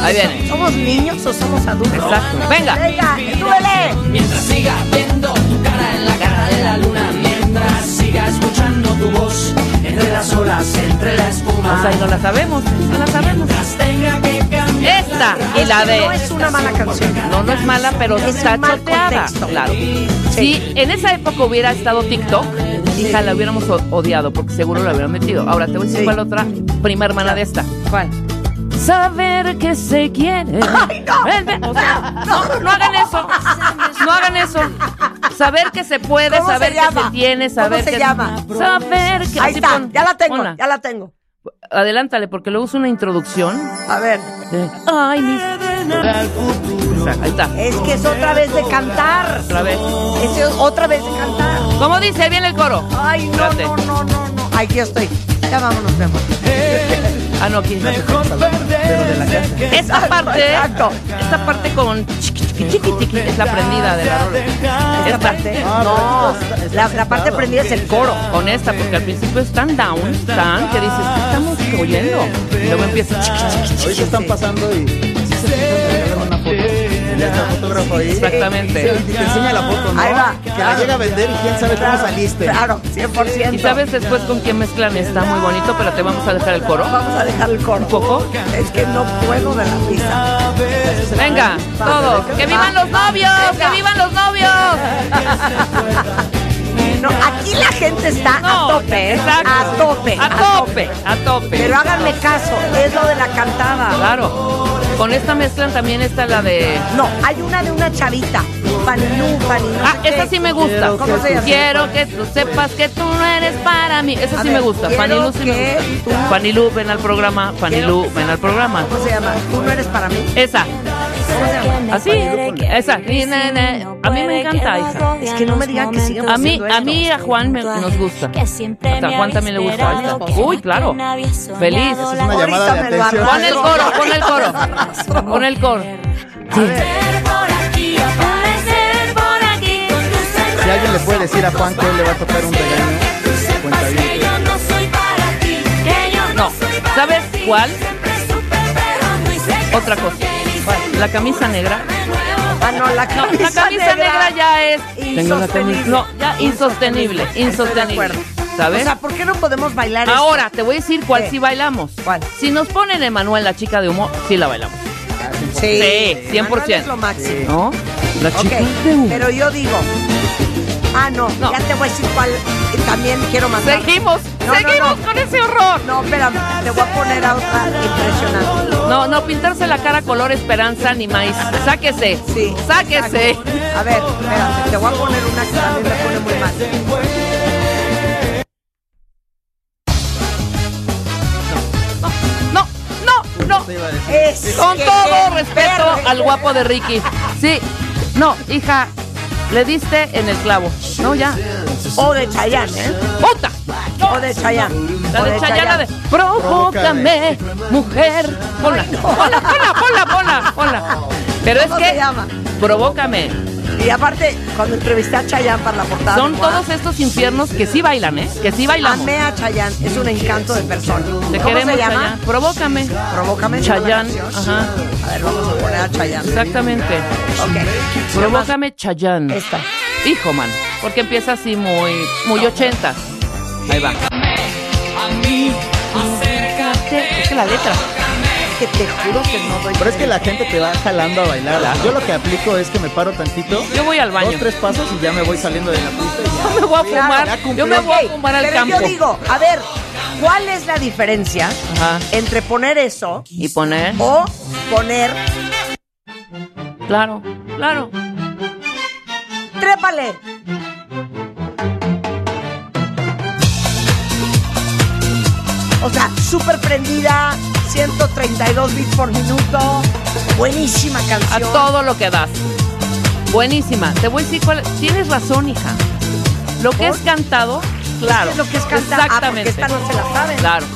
Speaker 5: Ahí viene.
Speaker 4: ¿Somos niños o somos adultos?
Speaker 5: Exacto. Venga.
Speaker 4: Venga, duele.
Speaker 7: Mientras siga viendo tu cara en la cara de la luna, mientras siga escuchando tu voz entre las olas, entre la
Speaker 5: O sea,
Speaker 7: espuma.
Speaker 5: y no la sabemos. No la sabemos.
Speaker 7: Mientras tenga que cambiar.
Speaker 5: Esta y la
Speaker 4: No
Speaker 5: de.
Speaker 4: es una mala canción.
Speaker 5: No, no es mala, pero
Speaker 4: Es
Speaker 5: está
Speaker 4: un mal
Speaker 5: choteada.
Speaker 4: contexto.
Speaker 5: Claro. Si en esa época hubiera estado TikTok, hija, la hubiéramos o- odiado porque seguro la hubieran metido. Ahora te voy a decir
Speaker 4: Sí.
Speaker 5: cuál otra prima hermana de esta.
Speaker 4: ¿Cuál?
Speaker 5: Saber que se quiere. Ven, ven, o sea, no, no hagan eso. No hagan eso. Saber que se puede,
Speaker 4: ¿Cómo
Speaker 5: saber
Speaker 4: se
Speaker 5: que
Speaker 4: llama?
Speaker 5: se tiene, saber
Speaker 4: ¿Cómo se
Speaker 5: que-
Speaker 4: llama?
Speaker 5: Saber que
Speaker 4: Ahí
Speaker 5: sí,
Speaker 4: está,
Speaker 5: pon-
Speaker 4: ya la tengo,
Speaker 5: ponla.
Speaker 4: ya la tengo.
Speaker 5: Adelántale porque luego es una introducción.
Speaker 4: A ver.
Speaker 5: de, Ay, mis Ahí está.
Speaker 4: Es que es otra vez de cantar.
Speaker 5: Otra vez.
Speaker 4: Es otra vez de cantar.
Speaker 5: ¿Cómo dice? Viene el coro.
Speaker 4: Ay, no,
Speaker 5: Espérate.
Speaker 4: no, no, no, no. Ay, Aquí estoy. Ya vámonos, mi amor.
Speaker 5: Ah, no, aquí.
Speaker 2: Pero de la casa.
Speaker 5: Esa parte.
Speaker 4: Exacto.
Speaker 5: Esta parte con chiqui, chiqui, chiqui, chiqui, es la prendida de la rola.
Speaker 4: Esta parte.
Speaker 5: Ah,
Speaker 4: No, la, la parte prendida es el coro.
Speaker 5: Con esta, porque al principio es tan down, tan que dices, ¿qué estamos oyendo? Y luego empieza. chiqui, chiqui, chiqui.
Speaker 2: Ahorita están pasando y. sí se fijan, te regalan una foto. Y le hacen fotógrafo ahí.
Speaker 5: Exactamente.
Speaker 2: Y te enseña la foto, ¿no?
Speaker 4: Ahí va.
Speaker 2: Que la llega a vender y quién sabe cómo saliste.
Speaker 4: Claro,
Speaker 5: Y
Speaker 4: 100%.
Speaker 5: sabes después con quién mezclan, está muy bonito, pero te vamos a dejar el coro.
Speaker 4: Vamos a dejar el coro.
Speaker 5: Un poco.
Speaker 4: Es que no puedo de la risa.
Speaker 5: Venga, todos. ¡Que vivan los novios! ¡Que vivan los novios!
Speaker 4: No, aquí la gente está a
Speaker 5: No,
Speaker 4: tope, ¿eh?
Speaker 5: exacto.
Speaker 4: A tope.
Speaker 5: A tope, a tope.
Speaker 4: Pero háganme caso, es lo de la cantada.
Speaker 5: Claro. Con esta mezclan también está la de.
Speaker 4: No, hay una de una chavita. Paninú, paninú.
Speaker 5: Ah, esa sí me gusta.
Speaker 4: Quiero ¿Cómo se llama?
Speaker 5: Quiero que tú sepas que tú no eres para mí. Esa
Speaker 4: A
Speaker 5: sí
Speaker 4: ver,
Speaker 5: me gusta.
Speaker 4: quiero
Speaker 5: Fanilú sí me
Speaker 4: que tú-
Speaker 5: gusta. Fanilú, ven al programa. Fanilú, ven al programa.
Speaker 4: ¿Cómo se llama? Tú no eres para mí.
Speaker 5: Esa,
Speaker 4: ¿Cómo se llama?
Speaker 5: así, esa. Ni, na, na. A mí me encanta esa.
Speaker 4: Es que no me digan que sigan
Speaker 5: A mí,
Speaker 4: haciendo
Speaker 5: a
Speaker 4: esto.
Speaker 5: mí, a Juan me- nos gusta. Hasta a Juan también le gusta esta. Uy, claro. Feliz.
Speaker 2: Una
Speaker 4: Ahorita
Speaker 2: llamada de
Speaker 4: me lo
Speaker 2: atención.
Speaker 5: Pon el coro, pon el
Speaker 4: Arraso.
Speaker 5: coro. Pon el coro.
Speaker 2: Si alguien le puede decir a Juan que él le va a tocar un regaño, cuenta bien.
Speaker 5: No. ¿Sabes cuál? Otra cosa. La camisa negra.
Speaker 4: Ah, no, la
Speaker 5: No,
Speaker 4: camisa,
Speaker 5: la camisa negra ya es.
Speaker 4: Tengo la camisa-
Speaker 5: No, ya insostenible.
Speaker 4: Estoy de
Speaker 5: Insostenible.
Speaker 4: acuerdo. O
Speaker 5: ¿Sabes?
Speaker 4: sea, ¿por qué no podemos bailar esto?
Speaker 5: Ahora, te voy a decir cuál
Speaker 4: ¿Qué?
Speaker 5: sí bailamos.
Speaker 4: ¿Cuál?
Speaker 5: Si nos ponen Emanuel, la chica de humo, sí la bailamos.
Speaker 4: Sí,
Speaker 5: Sí, 100%.
Speaker 4: Manuel es lo máximo.
Speaker 5: ¿No? La
Speaker 4: Ok,
Speaker 5: chica de humo.
Speaker 4: pero yo digo. Ah, no,
Speaker 5: No.
Speaker 4: ya te voy a decir cuál. eh, También quiero mandar.
Speaker 5: Seguimos,
Speaker 4: No, no,
Speaker 5: seguimos
Speaker 4: no.
Speaker 5: con ese horror.
Speaker 4: No, espérame, te voy a poner a otra impresionante.
Speaker 5: No, no, pintarse la cara color esperanza ni maíz. Sáquese.
Speaker 4: Sí.
Speaker 5: Sáquese.
Speaker 4: A ver, espérate, te voy a poner una que también me pone muy mal.
Speaker 5: No, no, no.
Speaker 4: Es
Speaker 5: Con
Speaker 4: que-
Speaker 5: todo
Speaker 4: que-
Speaker 5: respeto
Speaker 4: pero-
Speaker 5: al guapo de Ricky. Sí. No, hija, le diste en el clavo. No, ya.
Speaker 4: O de Chayanne, ¿eh?
Speaker 5: ¡Puta!
Speaker 4: O de Chayanne.
Speaker 5: La
Speaker 4: O
Speaker 5: de Chayana de Provócame, mujer. Ponla, ponla, ponla, ponla, ponla, ponla. Pero es
Speaker 4: ¿Cómo se
Speaker 5: que
Speaker 4: llama?
Speaker 5: provócame.
Speaker 4: Y aparte, cuando entrevisté a Chayanne para la portada.
Speaker 5: Son
Speaker 4: de Guau,
Speaker 5: todos estos infiernos que sí bailan, ¿eh? Que sí bailamos.
Speaker 4: Amé a Chayanne, es un encanto de persona.
Speaker 5: Te
Speaker 4: ¿Cómo
Speaker 5: queremos,
Speaker 4: se llama?
Speaker 5: Chayanne. Provócame.
Speaker 4: Provócame.
Speaker 5: Chayanne,
Speaker 4: ¿no? la
Speaker 5: ajá.
Speaker 4: canción? A ver, vamos a poner a Chayanne.
Speaker 5: Exactamente.
Speaker 4: Ok.
Speaker 5: Provócame, Chayanne.
Speaker 4: Esta.
Speaker 5: Hijo, man. Porque empieza así muy, muy ochentas. Ahí va. Es que la letra.
Speaker 4: Que te juro que no doy.
Speaker 2: Pero es que la gente te va jalando a bailar. Yo lo que aplico es que me paro tantito,
Speaker 5: Yo voy al baño.
Speaker 2: dos, tres pasos y ya me voy saliendo de la pista. y ya.
Speaker 5: me voy a
Speaker 4: Claro,
Speaker 5: fumar.
Speaker 2: ya cumplí.
Speaker 5: Yo me voy a
Speaker 4: Ok,
Speaker 5: fumar al
Speaker 4: pero
Speaker 5: campo.
Speaker 4: Yo digo, a ver, ¿cuál es la diferencia
Speaker 5: Ajá.
Speaker 4: entre poner eso
Speaker 5: Y poner.
Speaker 4: o poner
Speaker 5: Claro, claro.
Speaker 4: trépale? O sea, súper prendida, 132 bits por minuto, buenísima
Speaker 5: A
Speaker 4: canción.
Speaker 5: todo lo que das. Buenísima. Te voy a decir cuál. Tienes razón, hija. Lo que es cantado, claro.
Speaker 4: Es lo que es cantar. Ah, porque
Speaker 5: Exactamente.
Speaker 4: esta no se la saben.
Speaker 5: Claro,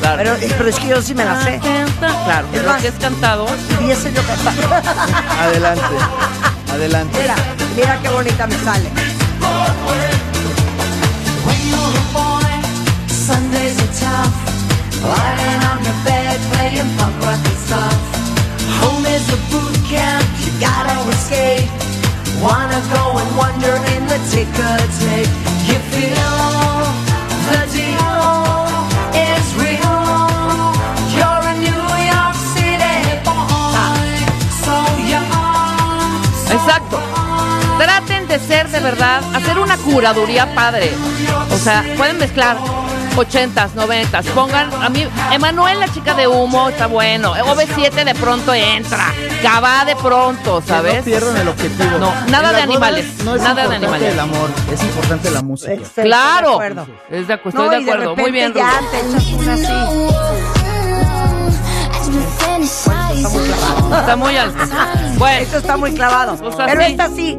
Speaker 5: claro.
Speaker 4: Pero, pero es que yo sí me la sé.
Speaker 5: Claro,
Speaker 4: Es
Speaker 5: lo
Speaker 4: más-
Speaker 5: que es cantado.
Speaker 4: Y ese yo cantar.
Speaker 2: Adelante, adelante.
Speaker 4: Mira, mira qué bonita me sale.
Speaker 5: Exacto. Traten de ser de verdad, hacer una curaduría padre. O sea, pueden mezclar 80s, 90s. Pongan a mí, Emanuel, la chica de humo, está bueno. OV7 de pronto entra. Cava de pronto,
Speaker 2: Que
Speaker 5: ¿sabes?
Speaker 2: No pierdan el objetivo.
Speaker 5: No,
Speaker 2: En
Speaker 5: nada
Speaker 2: las
Speaker 5: de animales,
Speaker 2: bodas No es
Speaker 5: nada de
Speaker 2: importante
Speaker 5: animales.
Speaker 2: el amor, es importante la música.
Speaker 4: Excelente, de
Speaker 5: Claro.
Speaker 4: acuerdo.
Speaker 5: Es de acu-
Speaker 4: No,
Speaker 5: estoy de
Speaker 4: y de
Speaker 5: acuerdo.
Speaker 4: repente
Speaker 5: Muy bien,
Speaker 4: ya
Speaker 5: Ruth.
Speaker 4: te echas una así.
Speaker 5: está muy alzado. Bueno,
Speaker 4: Esto está muy clavado.
Speaker 5: Pues así.
Speaker 4: Pero esta sí.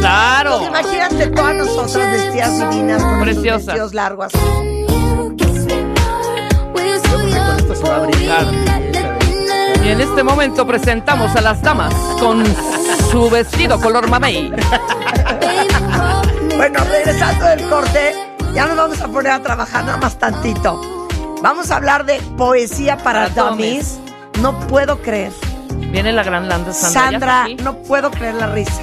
Speaker 5: claro.
Speaker 4: Imagínate todas nosotras vestidas divinas con nuestros
Speaker 5: Preciosas.
Speaker 4: vestidos largos así.
Speaker 5: Y en este momento presentamos a las damas con su vestido color mamey.
Speaker 4: Bueno, regresando del corte, ya nos vamos a poner a trabajar nada más tantito. Vamos a hablar de poesía para
Speaker 5: Para
Speaker 4: dummies. No puedo creer.
Speaker 5: Viene la gran Landa Sandra. ¿ya está
Speaker 4: Sandra,
Speaker 5: aquí?
Speaker 4: no puedo creer la risa.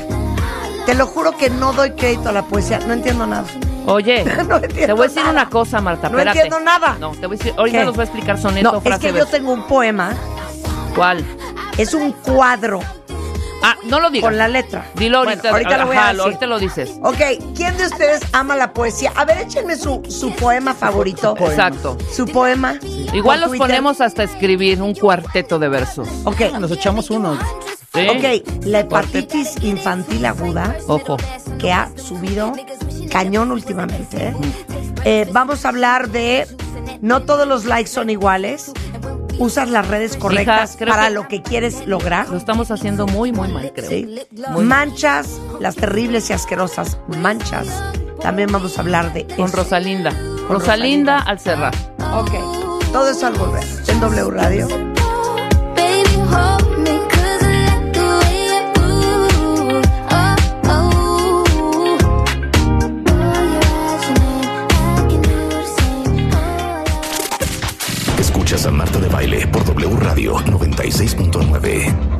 Speaker 4: Te lo juro que no doy crédito a la poesía. No entiendo nada.
Speaker 5: Oye,
Speaker 4: No entiendo
Speaker 5: te voy a decir
Speaker 4: nada.
Speaker 5: una cosa, Marta.
Speaker 4: No
Speaker 5: espérate.
Speaker 4: entiendo nada.
Speaker 5: No, te voy a decir. Ahorita
Speaker 4: ¿Qué?
Speaker 5: los voy a explicar soneto,
Speaker 4: No, es
Speaker 5: frase.
Speaker 4: que yo
Speaker 5: verso.
Speaker 4: tengo un poema.
Speaker 5: ¿Cuál?
Speaker 4: Es un cuadro
Speaker 5: Ah, no lo digas.
Speaker 4: con la letra.
Speaker 5: Dilo ahorita.
Speaker 4: Bueno, ahorita lo voy
Speaker 5: Ajá,
Speaker 4: a decir.
Speaker 5: Ahorita lo dices.
Speaker 4: Ok, ¿quién de ustedes ama la poesía? A ver, échenme su, su poema favorito.
Speaker 5: Exacto.
Speaker 4: Su poema. Por
Speaker 5: Igual los
Speaker 4: Twitter.
Speaker 5: ponemos hasta escribir un cuarteto de versos.
Speaker 4: Ok,
Speaker 2: Ah, Nos echamos uno.
Speaker 5: ¿sí?
Speaker 4: ok. La hepatitis infantil aguda
Speaker 5: Ojo.
Speaker 4: que ha subido cañón últimamente. ¿eh? Eh, vamos a hablar de no todos los likes son iguales. Usas las redes correctas
Speaker 5: Hija, creo
Speaker 4: para
Speaker 5: que-
Speaker 4: lo que quieres lograr.
Speaker 5: Lo estamos haciendo muy, muy mal, creo.
Speaker 4: ¿sí? Manchas, las terribles y asquerosas manchas. También vamos a hablar de
Speaker 5: Con
Speaker 4: eso.
Speaker 5: Rosalinda.
Speaker 4: Con
Speaker 5: Rosalinda
Speaker 4: Rosalinda.
Speaker 5: al cerrar.
Speaker 4: Ok. Todo eso al volver en W Radio.
Speaker 1: Escuchas a Marta de Baile por W Radio 96.9.